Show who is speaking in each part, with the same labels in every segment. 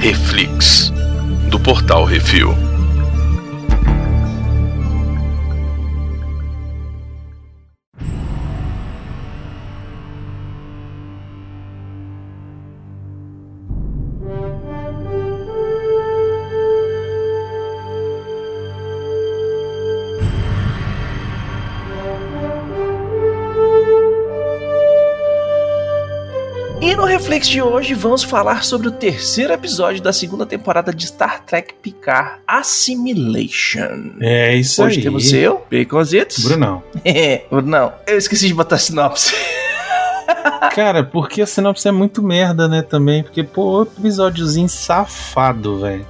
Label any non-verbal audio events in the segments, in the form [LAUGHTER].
Speaker 1: Reflix, do portal Refil.
Speaker 2: E no Reflex de hoje vamos falar sobre o terceiro episódio da segunda temporada de Star Trek Picard Assimilation.
Speaker 3: É isso
Speaker 2: hoje
Speaker 3: aí.
Speaker 2: temos eu, Baconzitos.
Speaker 3: Brunão.
Speaker 2: [LAUGHS] É, Brunão. Eu esqueci de botar sinopse. [LAUGHS]
Speaker 3: Cara, porque a sinopse é muito merda, né, também? Porque, pô, outro episódiozinho safado, velho.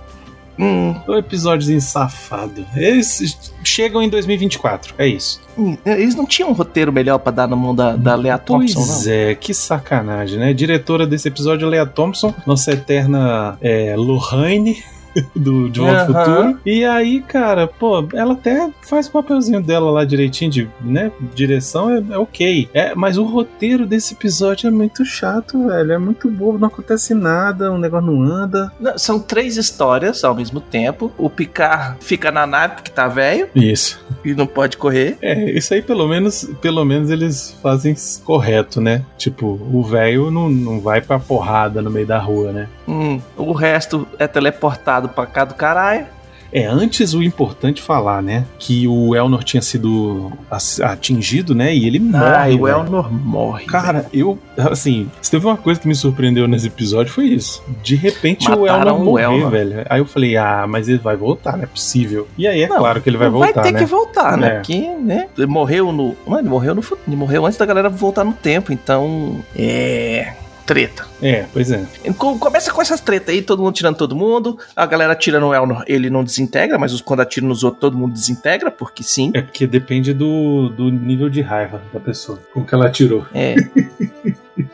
Speaker 2: Hum,
Speaker 3: O episódiozinho safado. Eles chegam em 2024, é isso.
Speaker 2: hum, eles não tinham um roteiro melhor pra dar na mão da, da Lea Thompson,
Speaker 3: pois é, que sacanagem, né? Diretora desse episódio, Leia Thompson, nossa eterna é, Lorraine. [LAUGHS] Do De Volta ao
Speaker 2: Aham.
Speaker 3: Futuro. E aí, cara, pô, ela até faz o papelzinho dela lá direitinho, de, né? Direção é, é ok. É, mas o roteiro desse episódio é muito chato, velho. É muito bobo, não acontece nada, o negócio não anda.
Speaker 2: não? não? São três histórias ao mesmo tempo. O Picard fica na nave porque tá velho
Speaker 3: Isso.
Speaker 2: e não pode correr.
Speaker 3: É, isso aí pelo menos, pelo menos eles fazem s- correto, né? Tipo, o velho não, não vai pra porrada no meio da rua, né?
Speaker 2: Hum, o resto é teleportado pra cá do caralho.
Speaker 3: É, antes o importante falar, né? Que o Elnor tinha sido ass- atingido, né? E ele morre.
Speaker 2: Ah, o
Speaker 3: velho.
Speaker 2: Elnor morre.
Speaker 3: Cara, eu. Assim, se teve uma coisa que me surpreendeu nesse episódio foi isso. De repente o
Speaker 2: Mataram
Speaker 3: Elnor
Speaker 2: o
Speaker 3: morreu,
Speaker 2: Elnor.
Speaker 3: velho. Aí eu falei, ah, mas ele vai voltar, não é possível. E aí é
Speaker 2: Não,
Speaker 3: claro que ele vai voltar,
Speaker 2: ter
Speaker 3: né?
Speaker 2: que voltar, né?
Speaker 3: É.
Speaker 2: Porque, né? Ele morreu no. Mano, ele morreu no futuro. Ele morreu antes da galera voltar no tempo, então. É. Treta.
Speaker 3: É, pois é.
Speaker 2: Co- Começa com essas tretas aí, todo mundo tirando todo mundo. A galera atira no Elnor, ele não desintegra, mas os- quando atira nos outros, todo mundo desintegra, porque sim.
Speaker 3: É porque depende do, do nível de raiva da pessoa. Com que ela atirou.
Speaker 2: É.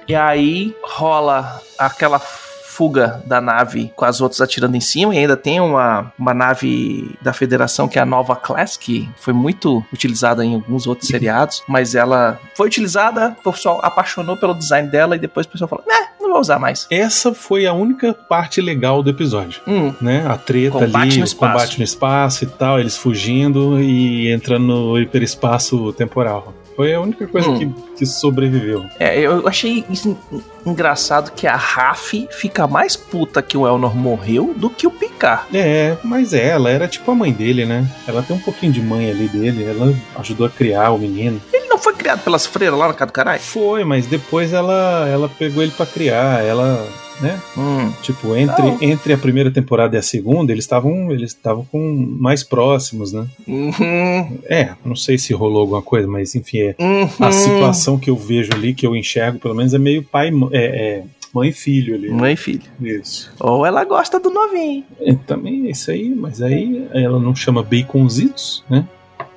Speaker 2: e aí rola aquela fuga da nave com as outras atirando em cima e ainda tem uma, uma nave da federação que é a Nova Class que foi muito utilizada em alguns outros seriados mas ela foi utilizada o pessoal apaixonou pelo design dela e depois o pessoal falou, né, não vou usar mais
Speaker 3: Essa foi a única parte legal do episódio.
Speaker 2: Hum,
Speaker 3: né? A treta
Speaker 2: Combate
Speaker 3: ali,
Speaker 2: no
Speaker 3: o
Speaker 2: espaço.
Speaker 3: combate no espaço e tal, eles fugindo e entrando no hiperespaço temporal. Foi a única coisa
Speaker 2: Hum.
Speaker 3: que, que sobreviveu.
Speaker 2: é, eu achei isso en- engraçado que a Raf fica mais puta que o Elnor morreu do que o Picard.
Speaker 3: É, mas é, ela era tipo a mãe dele, né? Ela tem um pouquinho de mãe ali dele, ela ajudou a criar o menino.
Speaker 2: Ele não foi criado pelas freiras lá no cara do caralho?
Speaker 3: Foi, mas depois ela, ela pegou ele pra criar, ela, né?
Speaker 2: Hum.
Speaker 3: Tipo, entre,
Speaker 2: Não.
Speaker 3: entre a primeira temporada e a segunda, eles estavam eles estavam com mais próximos, né?
Speaker 2: Uhum.
Speaker 3: É, não sei se rolou alguma coisa, mas enfim, é,
Speaker 2: Uhum.
Speaker 3: A situação que eu vejo ali, que eu enxergo, pelo menos, é meio pai, é, é, mãe e filho ali.
Speaker 2: Mãe e filho.
Speaker 3: Isso.
Speaker 2: Ou ela gosta do novinho.
Speaker 3: É, também é isso aí, mas aí ela não chama baconzitos, né?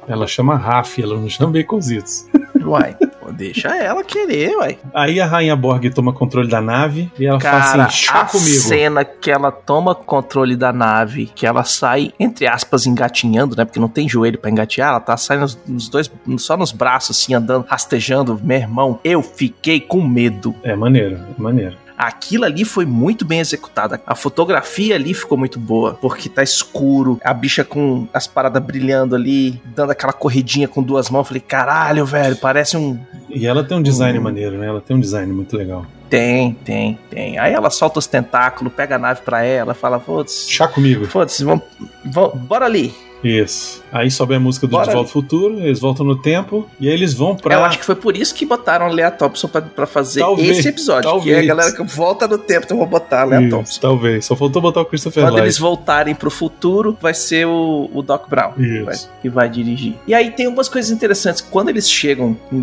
Speaker 3: Ela chama Raf, ela não chama baconzitos.
Speaker 2: Uai, pô, deixa ela querer, uai.
Speaker 3: Aí a Rainha Borg toma controle da nave e ela fala
Speaker 2: Cara,
Speaker 3: assim: chá
Speaker 2: a
Speaker 3: comigo.
Speaker 2: cena que ela toma controle da nave, que ela sai, entre aspas, engatinhando, né? Porque não tem joelho pra engatear, ela tá saindo nos, nos dois, só nos braços, assim, andando, rastejando. Meu irmão, eu fiquei com medo.
Speaker 3: É maneiro, é maneiro.
Speaker 2: Aquilo ali foi muito bem executado. A fotografia ali ficou muito boa, porque tá escuro, a bicha com as paradas brilhando ali, dando aquela corridinha com duas mãos. Eu falei, caralho, velho, parece um
Speaker 3: E ela tem um design
Speaker 2: Hum.
Speaker 3: maneiro, né? Ela tem um design muito legal.
Speaker 2: Tem, tem, tem. Aí ela solta os tentáculos, pega a nave pra ela, fala, foda-se,
Speaker 3: Chá comigo.
Speaker 2: foda-se, vamos, vamos- bora ali.
Speaker 3: Isso. Aí sobe a música do
Speaker 2: Bora
Speaker 3: De Volta ao Futuro, eles voltam no tempo e aí eles vão pra.
Speaker 2: Eu acho que foi por isso que botaram a Lea Thompson pra, pra fazer
Speaker 3: Talvez,
Speaker 2: esse episódio.
Speaker 3: talvez.
Speaker 2: Que é a galera que volta no tempo, então eu vou botar a Lea
Speaker 3: Isso, tá
Speaker 2: Thompson.
Speaker 3: talvez. Só faltou botar o Christopher
Speaker 2: Quando
Speaker 3: Lloyd.
Speaker 2: eles voltarem pro futuro, vai ser o, o Doc Brown.
Speaker 3: Isso.
Speaker 2: vai- que vai dirigir. E aí tem umas coisas interessantes. Quando eles chegam em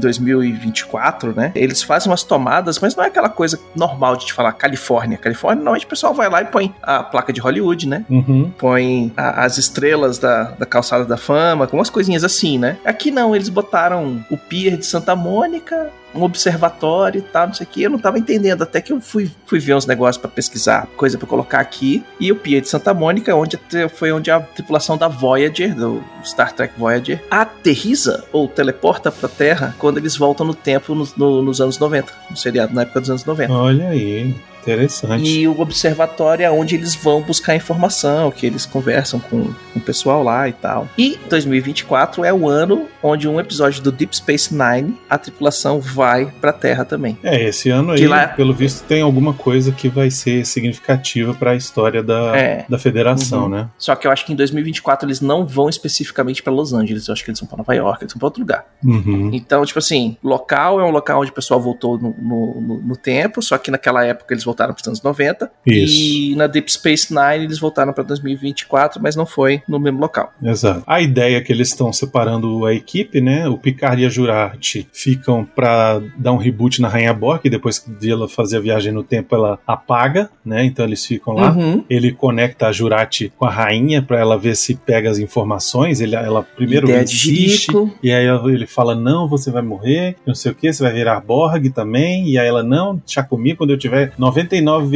Speaker 2: 2024, né? Eles fazem umas tomadas, mas não é aquela coisa normal de te falar Califórnia. Califórnia, normalmente o pessoal vai lá e põe a placa de Hollywood, né?
Speaker 3: Uhum.
Speaker 2: põe a- as estrelas da, da calçada da fama, com umas coisinhas assim, né? Aqui não, eles botaram o pier de Santa Mônica, um observatório e tal, não sei o que. Eu não tava entendendo, até que eu fui, fui ver uns negócios para pesquisar, coisa para colocar aqui. E o Pier de Santa Mônica, onde foi onde a tripulação da Voyager, do Star Trek Voyager, aterriza ou teleporta pra Terra quando eles voltam no tempo no, no, nos anos 90, no seriado, na época dos anos 90.
Speaker 3: Olha aí. Interessante.
Speaker 2: E o observatório é onde eles vão buscar informação, que eles conversam com, com o pessoal lá e tal. E 2024 é o ano onde um episódio do Deep Space Nine, a tripulação vai pra Terra também.
Speaker 3: É, esse ano aí, lá... pelo visto, tem alguma coisa que vai ser significativa para a história da, é. da federação, uhum. né?
Speaker 2: Só que eu acho que em 2024 eles não vão especificamente para Los Angeles, eu acho que eles vão pra Nova York, eles vão pra outro lugar.
Speaker 3: Uhum.
Speaker 2: Então, tipo assim, local é um local onde o pessoal voltou no, no, no, no tempo, só que naquela época eles voltaram voltaram para os anos 90.
Speaker 3: Isso.
Speaker 2: E na Deep Space Nine eles voltaram para 2024, mas não foi no mesmo local.
Speaker 3: Exato. A ideia é que eles estão separando a equipe, né? O Picard e a Jurati ficam para dar um reboot na Rainha Borg, depois de ela fazer a viagem no tempo, ela apaga, né? Então eles ficam lá. Uhum. Ele conecta a Jurati com a rainha para ela ver se pega as informações. Ele, ela primeiro
Speaker 2: ideia insiste,
Speaker 3: e aí ele fala: "Não, você vai morrer, não sei o que, você vai virar Borg também". E aí ela: "Não, deixa comigo quando eu tiver 90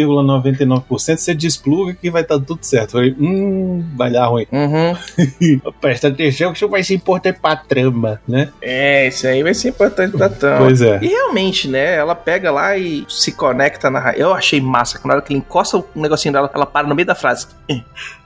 Speaker 3: 99,99% você despluga que vai estar tá tudo certo. Eu falei, hum, vai dar ruim.
Speaker 2: Uhum.
Speaker 3: Presta atenção que isso vai ser importante pra trama, né?
Speaker 2: É, isso aí vai ser importante pra trama.
Speaker 3: Pois é.
Speaker 2: E realmente, né? Ela pega lá e se conecta na. Eu achei massa. Na hora que ele encosta o negocinho dela, ela para no meio da frase. Aí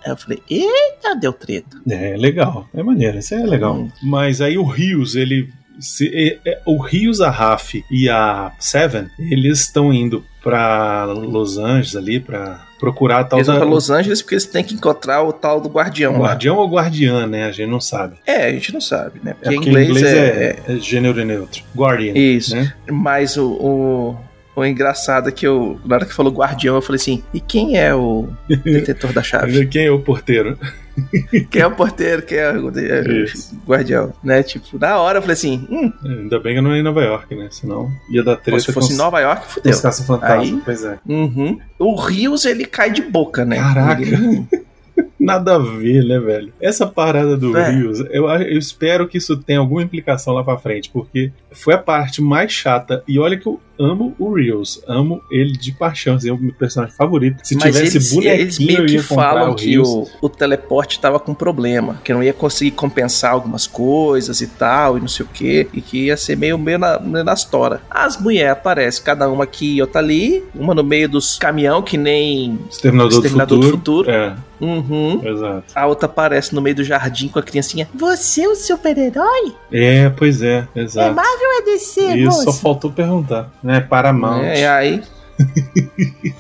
Speaker 2: eu falei, eita, deu treta.
Speaker 3: É, legal. É maneiro, isso é legal. Hum. Mas aí o Rios, ele. Se, é, é, o Rios, a Raf e a Seven, eles estão indo para Los Angeles ali, para procurar a tal
Speaker 2: eles da... vão pra Los Angeles porque eles têm que encontrar o tal do guardião
Speaker 3: Guardião lá. ou guardiã, né? A gente não sabe.
Speaker 2: É, a gente não sabe, né? Porque, é porque inglês, inglês é...
Speaker 3: é, gênero neutro. Guardian.
Speaker 2: Isso.
Speaker 3: Né?
Speaker 2: Mas o, o... O engraçado é que eu, na hora que falou guardião, eu falei assim: e quem é [LAUGHS] o detetor da chave?
Speaker 3: quem é o porteiro?
Speaker 2: Quem é o porteiro? Quem é o Isso. guardião? Né? Tipo, na hora eu falei assim: hum.
Speaker 3: É, Ainda bem que eu não ia em Nova York, né? Senão ia dar treta. Pô,
Speaker 2: se fosse em Nova York, fudeu.
Speaker 3: Os fantasma, Aí, pois é.
Speaker 2: Uhum. O Rios, ele cai de boca, né?
Speaker 3: Caraca. Ele... Nada a ver, né, velho? Essa parada do é. Rios, eu, eu, espero que isso tenha alguma implicação lá pra frente, porque foi a parte mais chata. E olha que eu amo o Rios, amo ele de paixão, assim, é o meu personagem favorito. Se
Speaker 2: Mas
Speaker 3: tivesse
Speaker 2: eles,
Speaker 3: bonequinho,
Speaker 2: eles meio
Speaker 3: eu
Speaker 2: que
Speaker 3: ia
Speaker 2: falam
Speaker 3: o
Speaker 2: que o, o, teleporte tava com problema, que não ia conseguir compensar algumas coisas e tal, e não sei o que, e que ia ser meio, meio na, nas toras. As mulheres aparecem, cada uma aqui e outra ali, uma no meio dos caminhão, que nem
Speaker 3: Exterminador,
Speaker 2: Exterminador do Futuro. Do futuro.
Speaker 3: É.
Speaker 2: Uhum.
Speaker 3: Exato.
Speaker 2: A outra aparece no meio do jardim com a criancinha. Você é um super-herói?
Speaker 3: É, pois é, exato.
Speaker 2: É Marvel é DC,
Speaker 3: Isso, moço? só faltou perguntar, né? Paramount.
Speaker 2: É, e aí...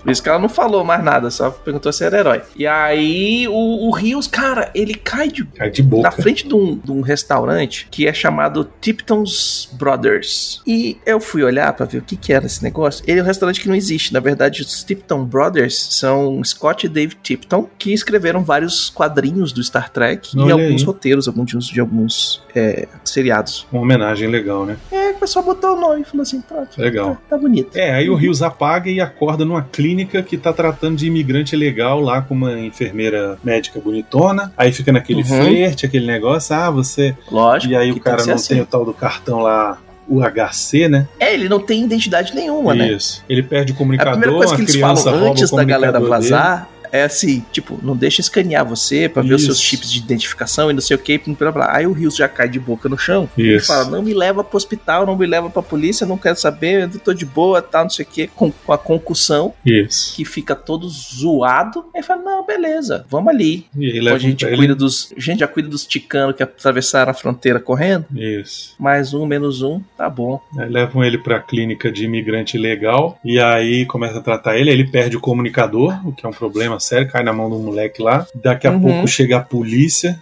Speaker 2: Por isso que ela não falou mais nada, só perguntou se era herói. E aí o, o Rios, cara, ele cai de,
Speaker 3: cai de boca.
Speaker 2: na frente de um, de um, restaurante que é chamado Tipton's Brothers. E eu fui olhar para ver o que, que era esse negócio. Ele é um restaurante que não existe. Na verdade, os Tipton Brothers são Scott e Dave Tipton, que escreveram vários quadrinhos do Star Trek Olha e alguns aí. roteiros, alguns de alguns é, seriados.
Speaker 3: Uma homenagem legal, né?
Speaker 2: É, o pessoal botou o nome e falou assim: pronto.
Speaker 3: Legal.
Speaker 2: Tá, tá bonito.
Speaker 3: É, aí o Rios apaga e acorda numa clínica que tá tratando de imigrante legal lá com uma enfermeira médica bonitona. Aí fica naquele uhum. flerte, aquele negócio, ah, você.
Speaker 2: Lógico.
Speaker 3: E aí o cara não assim. tem o tal do cartão lá o HC, né?
Speaker 2: É, ele não tem identidade nenhuma,
Speaker 3: Isso.
Speaker 2: né?
Speaker 3: Isso. Ele perde o comunicador,
Speaker 2: a primeira coisa que
Speaker 3: a
Speaker 2: eles falam antes da galera vazar dele é assim, tipo, não deixa escanear você para ver os seus chips de identificação e não sei o que, blá blá. Aí o Rios já cai de boca no chão
Speaker 3: Isso. e
Speaker 2: fala: não me leva pro hospital, não me leva pra polícia, não quero saber, eu tô de boa, tal, tá, não sei o que, com, com a concussão,
Speaker 3: Isso.
Speaker 2: que fica todo zoado. Aí fala: não, beleza, vamos ali.
Speaker 3: E ele a
Speaker 2: gente
Speaker 3: ele...
Speaker 2: cuida dos. A gente já cuida dos ticanos que atravessaram a fronteira correndo.
Speaker 3: Isso.
Speaker 2: Mais um, menos um, tá bom.
Speaker 3: Aí né, levam ele pra clínica de imigrante legal e aí começa a tratar ele, ele perde o comunicador, o que é um problema sério, cai na mão do moleque lá. Daqui a uhum. pouco chega a polícia,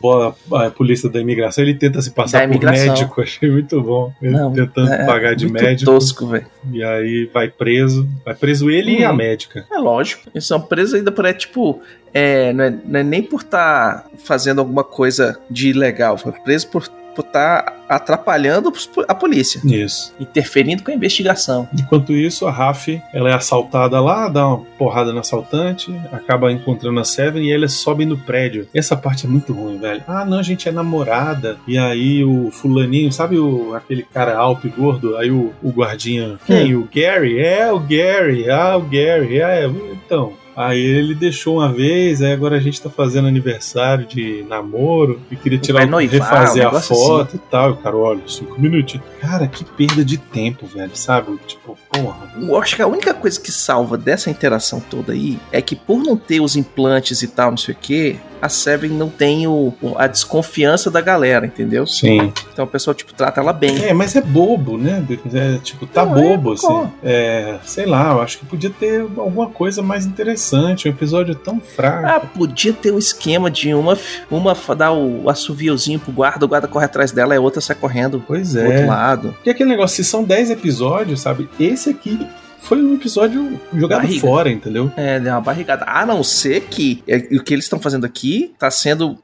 Speaker 3: a polícia da imigração, ele tenta se passar por médico, [LAUGHS] achei muito bom. Ele Não, tentando é, pagar de médico.
Speaker 2: Tosco, velho.
Speaker 3: E aí vai preso. Vai preso ele uhum. e a médica.
Speaker 2: É lógico. Eles são presos ainda por é tipo. É, não, é, não é nem por estar tá fazendo alguma coisa de ilegal, foi preso por por tá atrapalhando a polícia.
Speaker 3: Isso.
Speaker 2: Interferindo com a investigação.
Speaker 3: Enquanto isso, a Raf, ela é assaltada lá, dá uma porrada no assaltante, acaba encontrando a Seven e eles sobem no prédio. Essa parte é muito ruim, velho. Ah, não, a gente é namorada. E aí o fulaninho, sabe o, aquele cara alto e gordo? Aí o, o guardinha, quem?
Speaker 2: Hum.
Speaker 3: O Gary? É, o Gary. Ah, o Gary. Ah, é. Então, Aí ele deixou uma vez, aí agora a gente tá fazendo aniversário de namoro e queria tirar,
Speaker 2: noivar,
Speaker 3: refazer
Speaker 2: um
Speaker 3: a
Speaker 2: negócio
Speaker 3: foto
Speaker 2: assim.
Speaker 3: e tal. E o cara, olha, cinco minutos. Cara, que perda de tempo, velho, sabe? Tipo, porra.
Speaker 2: Eu acho que a única coisa que salva dessa interação toda aí é que por não ter os implantes e tal, não sei o que, a Seven não tem o, o- a desconfiança da galera, entendeu?
Speaker 3: Sim.
Speaker 2: Então o pessoal, tipo, trata ela bem.
Speaker 3: É, mas é bobo, né? É, tipo, tá
Speaker 2: Não, é,
Speaker 3: bobo, assim.
Speaker 2: pô.
Speaker 3: É, sei lá, eu acho que podia ter alguma coisa mais interessante. Um episódio tão fraco.
Speaker 2: Ah, podia ter um esquema de uma, uma f- dar o assoviozinho pro guarda, o guarda corre atrás dela, a outra sai correndo
Speaker 3: pois
Speaker 2: pro
Speaker 3: é.
Speaker 2: outro lado.
Speaker 3: Porque aquele negócio, se são 10 episódios, sabe? Esse aqui foi um episódio jogado
Speaker 2: Barriga.
Speaker 3: fora, entendeu?
Speaker 2: É, deu uma barrigada. A não ser que é, o que eles estão fazendo aqui tá sendo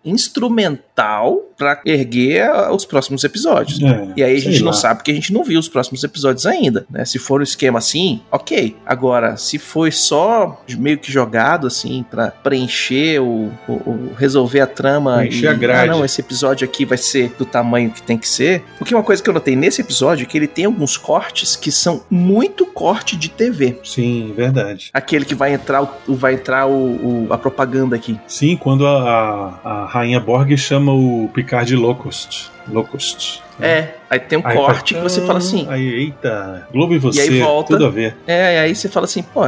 Speaker 2: instrumental pra erguer ah, os próximos episódios.
Speaker 3: É,
Speaker 2: E aí a
Speaker 3: sei
Speaker 2: gente não
Speaker 3: lá.
Speaker 2: sabe porque a gente não viu os próximos episódios ainda, né? Se for um esquema assim, ok. Agora, se foi só meio que jogado assim pra preencher o, o- o- resolver a trama
Speaker 3: Preencher
Speaker 2: e
Speaker 3: a grade.
Speaker 2: ah, não, esse episódio aqui vai ser do tamanho que tem que ser. Porque uma coisa que eu notei nesse episódio é que ele tem alguns cortes que são muito corte de TV.
Speaker 3: Sim, verdade.
Speaker 2: Aquele que vai entrar o, vai entrar o- o- a propaganda aqui.
Speaker 3: Sim, quando a, a, a rainha Borg chama o Picard de Locust. Locust.
Speaker 2: É, aí tem um
Speaker 3: Aí
Speaker 2: corte
Speaker 3: faz- Ah,
Speaker 2: que você fala assim,
Speaker 3: Aí, eita, Globo e você,
Speaker 2: aí volta.
Speaker 3: tudo a ver.
Speaker 2: é, aí você fala assim, pô,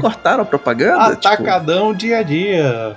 Speaker 2: cortaram a
Speaker 3: Ah,
Speaker 2: propaganda?
Speaker 3: tá,
Speaker 2: Tipo,
Speaker 3: Atacadão dia a dia.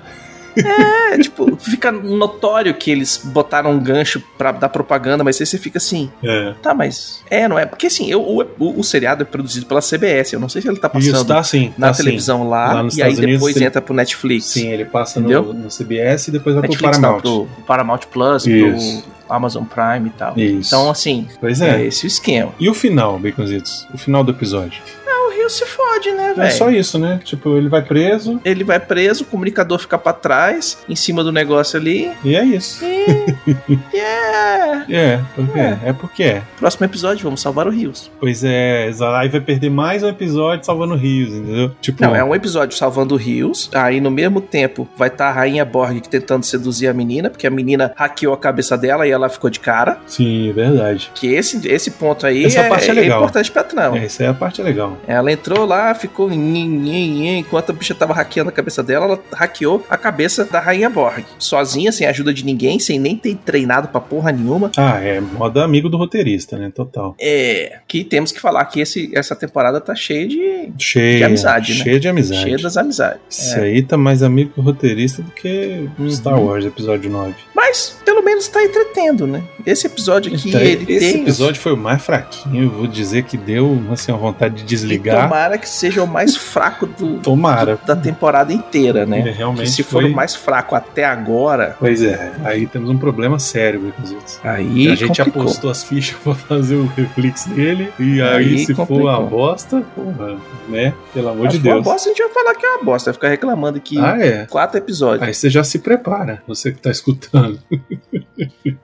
Speaker 2: É, tipo, fica notório que eles botaram um gancho pra dar propaganda, mas aí você fica assim,
Speaker 3: É.
Speaker 2: tá, mas é, não é? Porque assim, eu- o, o, o seriado é produzido pela CBS, eu não sei se ele tá passando
Speaker 3: Isso, tá assim.
Speaker 2: na
Speaker 3: tá
Speaker 2: televisão lá,
Speaker 3: Lá nos
Speaker 2: e aí
Speaker 3: Estados Unidos,
Speaker 2: depois
Speaker 3: sim.
Speaker 2: entra pro Netflix.
Speaker 3: Sim. Sim, ele passa
Speaker 2: Entendeu?
Speaker 3: no, no CBS e depois vai
Speaker 2: Netflix
Speaker 3: pro Paramount.
Speaker 2: não, pro Paramount Plus,
Speaker 3: Isso.
Speaker 2: pro Amazon Prime e tal.
Speaker 3: Isso.
Speaker 2: Então, assim,
Speaker 3: pois
Speaker 2: é.
Speaker 3: é.
Speaker 2: esse o esquema. É,
Speaker 3: E o final, Baconzitos? O final do episódio.
Speaker 2: O Rio se fode, né,
Speaker 3: É
Speaker 2: velho?
Speaker 3: só isso, né? Tipo, ele vai preso
Speaker 2: Ele vai preso, o comunicador fica pra trás, em cima do negócio ali.
Speaker 3: e é isso.
Speaker 2: E. [LAUGHS] yeah!
Speaker 3: É, porque é. é porque é.
Speaker 2: Próximo episódio, vamos salvar o Rios.
Speaker 3: Pois é, exa- aí vai perder mais um episódio salvando rios, entendeu? Tipo,
Speaker 2: Não, é um episódio salvando rios. Aí no mesmo tempo vai estar a rainha Borg tentando seduzir a menina, porque a menina hackeou a cabeça dela e ela ficou de cara.
Speaker 3: sim, é verdade.
Speaker 2: Que esse, esse ponto aí
Speaker 3: Essa
Speaker 2: é,
Speaker 3: parte é
Speaker 2: é
Speaker 3: legal.
Speaker 2: importante pra trama.
Speaker 3: É, essa é a parte legal.
Speaker 2: Ela entrou lá, ficou nhin, nhin, nhin, enquanto a bicha tava hackeando a cabeça dela, ela hackeou a cabeça da rainha Borg. Sozinha, sem ajuda de ninguém, sem nem ter treinado pra porra nenhuma.
Speaker 3: Ah, é moda amigo do roteirista, né? Total.
Speaker 2: É. Que temos que falar que esse, essa temporada tá cheia de.
Speaker 3: Cheia.
Speaker 2: De amizade, né?
Speaker 3: cheia de amizade.
Speaker 2: cheia das amizades.
Speaker 3: Isso aí tá mais amigo do roteirista do que um
Speaker 2: Uhum.
Speaker 3: Star Wars Episódio 9.
Speaker 2: Mas pelo menos tá entretendo, né? Esse episódio aqui,
Speaker 3: Então,
Speaker 2: ele
Speaker 3: esse
Speaker 2: tem.
Speaker 3: episódio foi o mais fraquinho, eu vou dizer que deu assim, uma vontade de
Speaker 2: e
Speaker 3: desligar.
Speaker 2: Tomara que seja o mais fraco do,
Speaker 3: Tomara.
Speaker 2: do- da temporada inteira, né?
Speaker 3: É,
Speaker 2: Porque
Speaker 3: Realmente
Speaker 2: se for
Speaker 3: foi...
Speaker 2: o mais fraco até agora,
Speaker 3: Pois é, aí temos um problema sério, Baconzitos.
Speaker 2: aí
Speaker 3: a gente
Speaker 2: complicou.
Speaker 3: apostou as fichas pra fazer o reflex dele. E aí,
Speaker 2: Aí
Speaker 3: se for
Speaker 2: complicou.
Speaker 3: uma bosta, porra, né? Pelo amor
Speaker 2: Mas
Speaker 3: de
Speaker 2: se for uma
Speaker 3: Deus.
Speaker 2: bosta, a gente vai falar que é uma bosta, vai ficar reclamando que
Speaker 3: Ah, é.
Speaker 2: quatro episódios.
Speaker 3: Aí você já se prepara, você que tá escutando.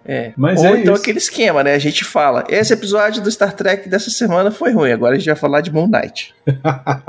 Speaker 2: É.
Speaker 3: Mas
Speaker 2: Ou
Speaker 3: é
Speaker 2: então
Speaker 3: isso.
Speaker 2: aquele esquema, né? A gente fala, esse episódio do Star Trek dessa semana foi ruim, agora a gente vai falar de Moon Knight.
Speaker 3: [LAUGHS]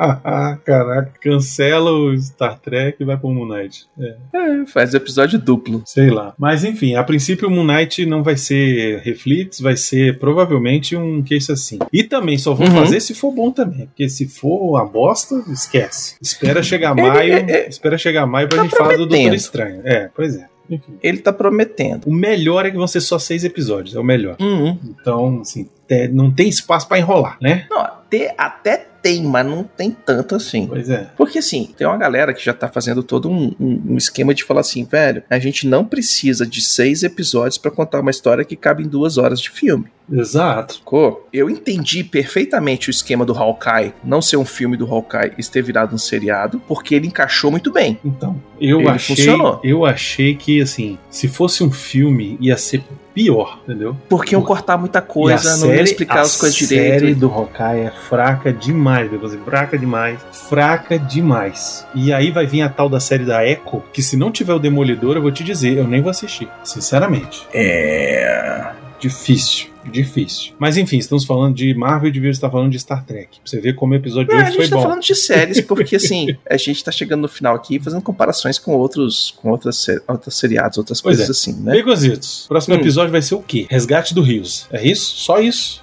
Speaker 3: Caraca, cancela o Star Trek e vai pro Moon Knight. É,
Speaker 2: É, faz o episódio duplo.
Speaker 3: sei lá. Mas enfim, a princípio o Moon Knight não vai ser reflex, vai ser provavelmente um queixo assim. E também só vou
Speaker 2: Uhum.
Speaker 3: fazer se for bom também. Porque se for uma bosta, esquece. Espera chegar maio.
Speaker 2: é-
Speaker 3: espera chegar maio pra
Speaker 2: tá
Speaker 3: gente falar do Doutor
Speaker 2: prometendo.
Speaker 3: Estranho. É, pois é. Enfim.
Speaker 2: Ele tá prometendo.
Speaker 3: O melhor é que vão ser só seis episódios, é o melhor.
Speaker 2: Uhum.
Speaker 3: Então, assim, te- não tem espaço pra enrolar, né?
Speaker 2: Não, até, até tem, mas não tem tanto assim.
Speaker 3: Pois é.
Speaker 2: Porque assim, tem uma galera que já tá fazendo todo um, um- um esquema de falar assim, velho, a gente não precisa de seis episódios pra contar uma história que cabe em duas horas de filme.
Speaker 3: Exato.
Speaker 2: Sacou? Eu entendi perfeitamente o esquema do Hawkeye não ser um filme do Hawkeye e ter virado um seriado, porque ele encaixou muito bem.
Speaker 3: Então, eu
Speaker 2: Ele
Speaker 3: achei,
Speaker 2: funcionou.
Speaker 3: eu achei que assim, se fosse um filme ia ser pior, entendeu?
Speaker 2: Porque iam cortar muita
Speaker 3: E a
Speaker 2: coisa, é, não ia explicar
Speaker 3: a
Speaker 2: as coisas
Speaker 3: A série
Speaker 2: direito.
Speaker 3: do Hawkeye é fraca demais, meu Deus, fraca demais, fraca demais. E aí vai vir a tal da série da Echo, que se não tiver o Demolidor, eu vou te dizer, eu nem vou assistir, sinceramente.
Speaker 2: É.
Speaker 3: Difícil. Difícil. Mas enfim, estamos falando de Marvel e devíamos estar falando de Star Trek. Pra você ver como o episódio
Speaker 2: Não,
Speaker 3: de
Speaker 2: a
Speaker 3: hoje
Speaker 2: gente
Speaker 3: foi
Speaker 2: tá
Speaker 3: bom.
Speaker 2: falando de séries, porque assim, a gente tá chegando no final aqui fazendo comparações com outros, com outras, sé- outros seriados, outras
Speaker 3: Pois é.
Speaker 2: coisas assim, né?
Speaker 3: Baconzitos, próximo
Speaker 2: Hum.
Speaker 3: episódio vai ser o quê? Resgate do Rios. É isso? Só isso?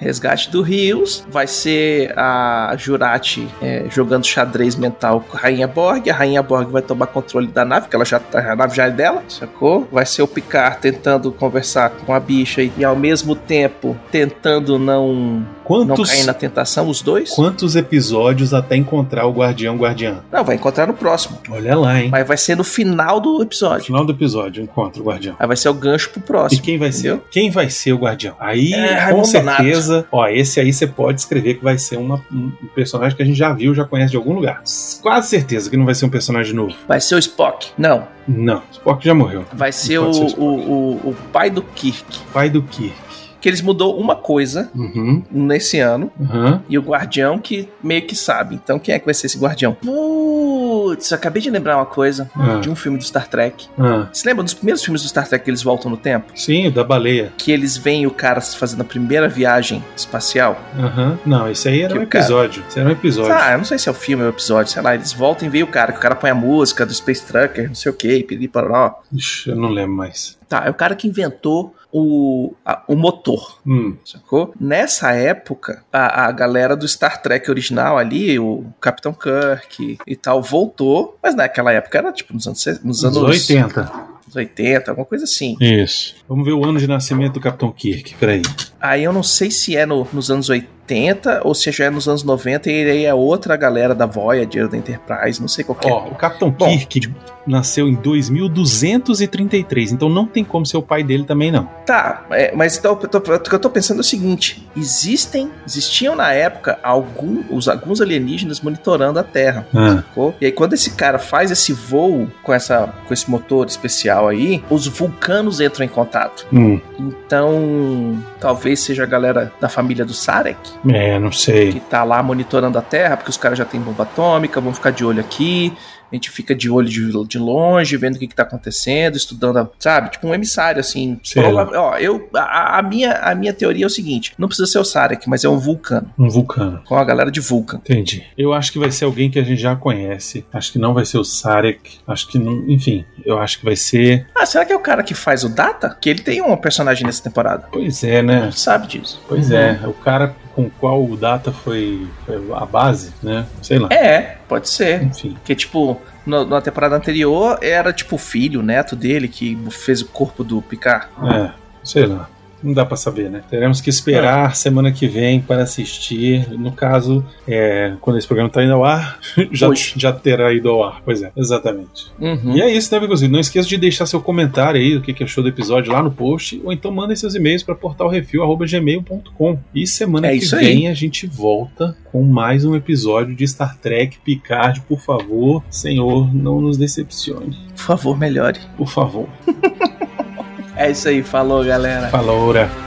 Speaker 2: Resgate do Rios, vai ser a Jurati é, jogando xadrez mental com a Rainha Borg, a Rainha Borg vai tomar controle da nave, que ela já tá, a nave já é dela, sacou? Vai ser o Picard tentando conversar com a bicha e, e ao mesmo tempo tentando não, não
Speaker 3: Quantos,
Speaker 2: cair na tentação, os dois.
Speaker 3: quantos episódios até encontrar o Guardião Guardiã?
Speaker 2: Não, vai encontrar no próximo,
Speaker 3: Olha lá, hein?
Speaker 2: mas vai ser no final do
Speaker 3: No
Speaker 2: episódio.
Speaker 3: final do episódio, encontra o Guardião.
Speaker 2: Aí vai ser o gancho pro
Speaker 3: E
Speaker 2: próximo.
Speaker 3: quem vai ser?
Speaker 2: Entendeu?
Speaker 3: Quem vai ser o Guardião? Aí,
Speaker 2: É,
Speaker 3: com
Speaker 2: Raimundo
Speaker 3: certeza, ó, esse aí você pode escrever que vai ser uma- um um personagem que a gente já viu, já conhece de algum lugar. S- Quase certeza que não vai ser um personagem novo.
Speaker 2: Vai ser o Spock? Não.
Speaker 3: Não, Spock já morreu.
Speaker 2: Vai ser,
Speaker 3: Pode
Speaker 2: o,
Speaker 3: ser o
Speaker 2: o, o- o pai do Kirk.
Speaker 3: Pai do Kirk.
Speaker 2: Que eles mudou uma coisa
Speaker 3: Uhum,
Speaker 2: nesse ano.
Speaker 3: uhum.
Speaker 2: E o guardião que meio que sabe. Então quem é que vai ser esse guardião? Putz, acabei de lembrar uma coisa
Speaker 3: Ah.
Speaker 2: de um filme do Star Trek.
Speaker 3: Ah,
Speaker 2: Você lembra dos primeiros filmes do Star Trek que eles voltam no tempo?
Speaker 3: sim, o da baleia.
Speaker 2: Que eles veem o cara fazendo a primeira viagem espacial?
Speaker 3: Aham. Não, esse aí era
Speaker 2: Que
Speaker 3: um
Speaker 2: o cara-
Speaker 3: episódio. Esse era um episódio.
Speaker 2: Ah, eu não sei se é o filme ou o episódio, sei lá. Eles voltam e veem o cara, que o cara põe a música do Space Trucker, não sei o que, piriparó.
Speaker 3: Ixi, eu não lembro mais.
Speaker 2: Tá, é o cara que inventou o, a- o motor.
Speaker 3: Hum,
Speaker 2: Sacou? Nessa época, a, a galera do Star Trek original ali, o Capitão Kirk e tal, voltou. Mas naquela época era tipo nos anos, se- nos
Speaker 3: anos
Speaker 2: anos 80.
Speaker 3: 80.
Speaker 2: alguma coisa assim.
Speaker 3: Isso. Vamos ver o ano de nascimento do Capitão Kirk. Peraí.
Speaker 2: Aí eu não sei se é no- nos anos 80 ou se já é nos anos 90 e ele aí é outra galera da Voyager, da Enterprise, não sei qual que é.
Speaker 3: Ó, o Capitão
Speaker 2: Bom,
Speaker 3: Kirk nasceu em 2233, então não tem como ser o pai dele também, não.
Speaker 2: Tá, é, mas então, eu tô- o que eu tô pensando é o seguinte: existem, existiam na época algum, os, alguns alienígenas monitorando a Terra.
Speaker 3: Ah,
Speaker 2: Sacou? E aí, quando esse cara faz esse voo com, essa, com esse motor especial aí, os vulcanos entram em contato.
Speaker 3: Hum,
Speaker 2: Então, talvez seja a galera da família do Sarek
Speaker 3: é, não sei.
Speaker 2: que tá lá monitorando a Terra, porque os caras já têm bomba atômica, vão ficar de olho aqui. A gente fica de olho de, de longe, vendo o que, que tá acontecendo, estudando, a- sabe? Tipo um emissário, assim.
Speaker 3: Sei lá.
Speaker 2: Prova- ó, eu, a, a minha, a minha teoria é o seguinte: não precisa ser o Sarek, mas é um vulcano.
Speaker 3: Um vulcano.
Speaker 2: Com a galera de Vulcan.
Speaker 3: Entendi. Eu acho que vai ser alguém que a gente já conhece. Acho que não vai ser o Sarek. Acho que não. Enfim, eu acho que vai ser.
Speaker 2: Ah, será que é o cara que faz o Data? Que ele tem um personagem nessa temporada.
Speaker 3: Pois é, né?
Speaker 2: sabe disso.
Speaker 3: Pois é. O cara com o qual o Data foi, foi a base, né? Sei lá.
Speaker 2: É, pode ser.
Speaker 3: Enfim.
Speaker 2: Porque, tipo, no- na temporada anterior era, tipo, o filho, o neto dele que fez o corpo do Picard.
Speaker 3: É, sei lá. Não dá pra saber, né? Teremos que
Speaker 2: É.
Speaker 3: esperar semana que vem para assistir. No caso, é, quando esse programa tá indo ao ar, [LAUGHS] já,
Speaker 2: Hoje.
Speaker 3: já terá ido ao ar. Pois é, exatamente.
Speaker 2: Uhum.
Speaker 3: E é isso, né, Bigozinho? Não esqueça de deixar seu comentário aí, o que que achou do episódio lá no post, ou então mandem seus e-mails para portalrefil.gmail.com. E semana
Speaker 2: É
Speaker 3: que
Speaker 2: isso
Speaker 3: vem a gente volta com mais um episódio de Star Trek Picard. Por favor, senhor, não nos decepcione.
Speaker 2: Por favor, melhore.
Speaker 3: Por favor.
Speaker 2: É isso aí, falou, galera.
Speaker 3: Falaura.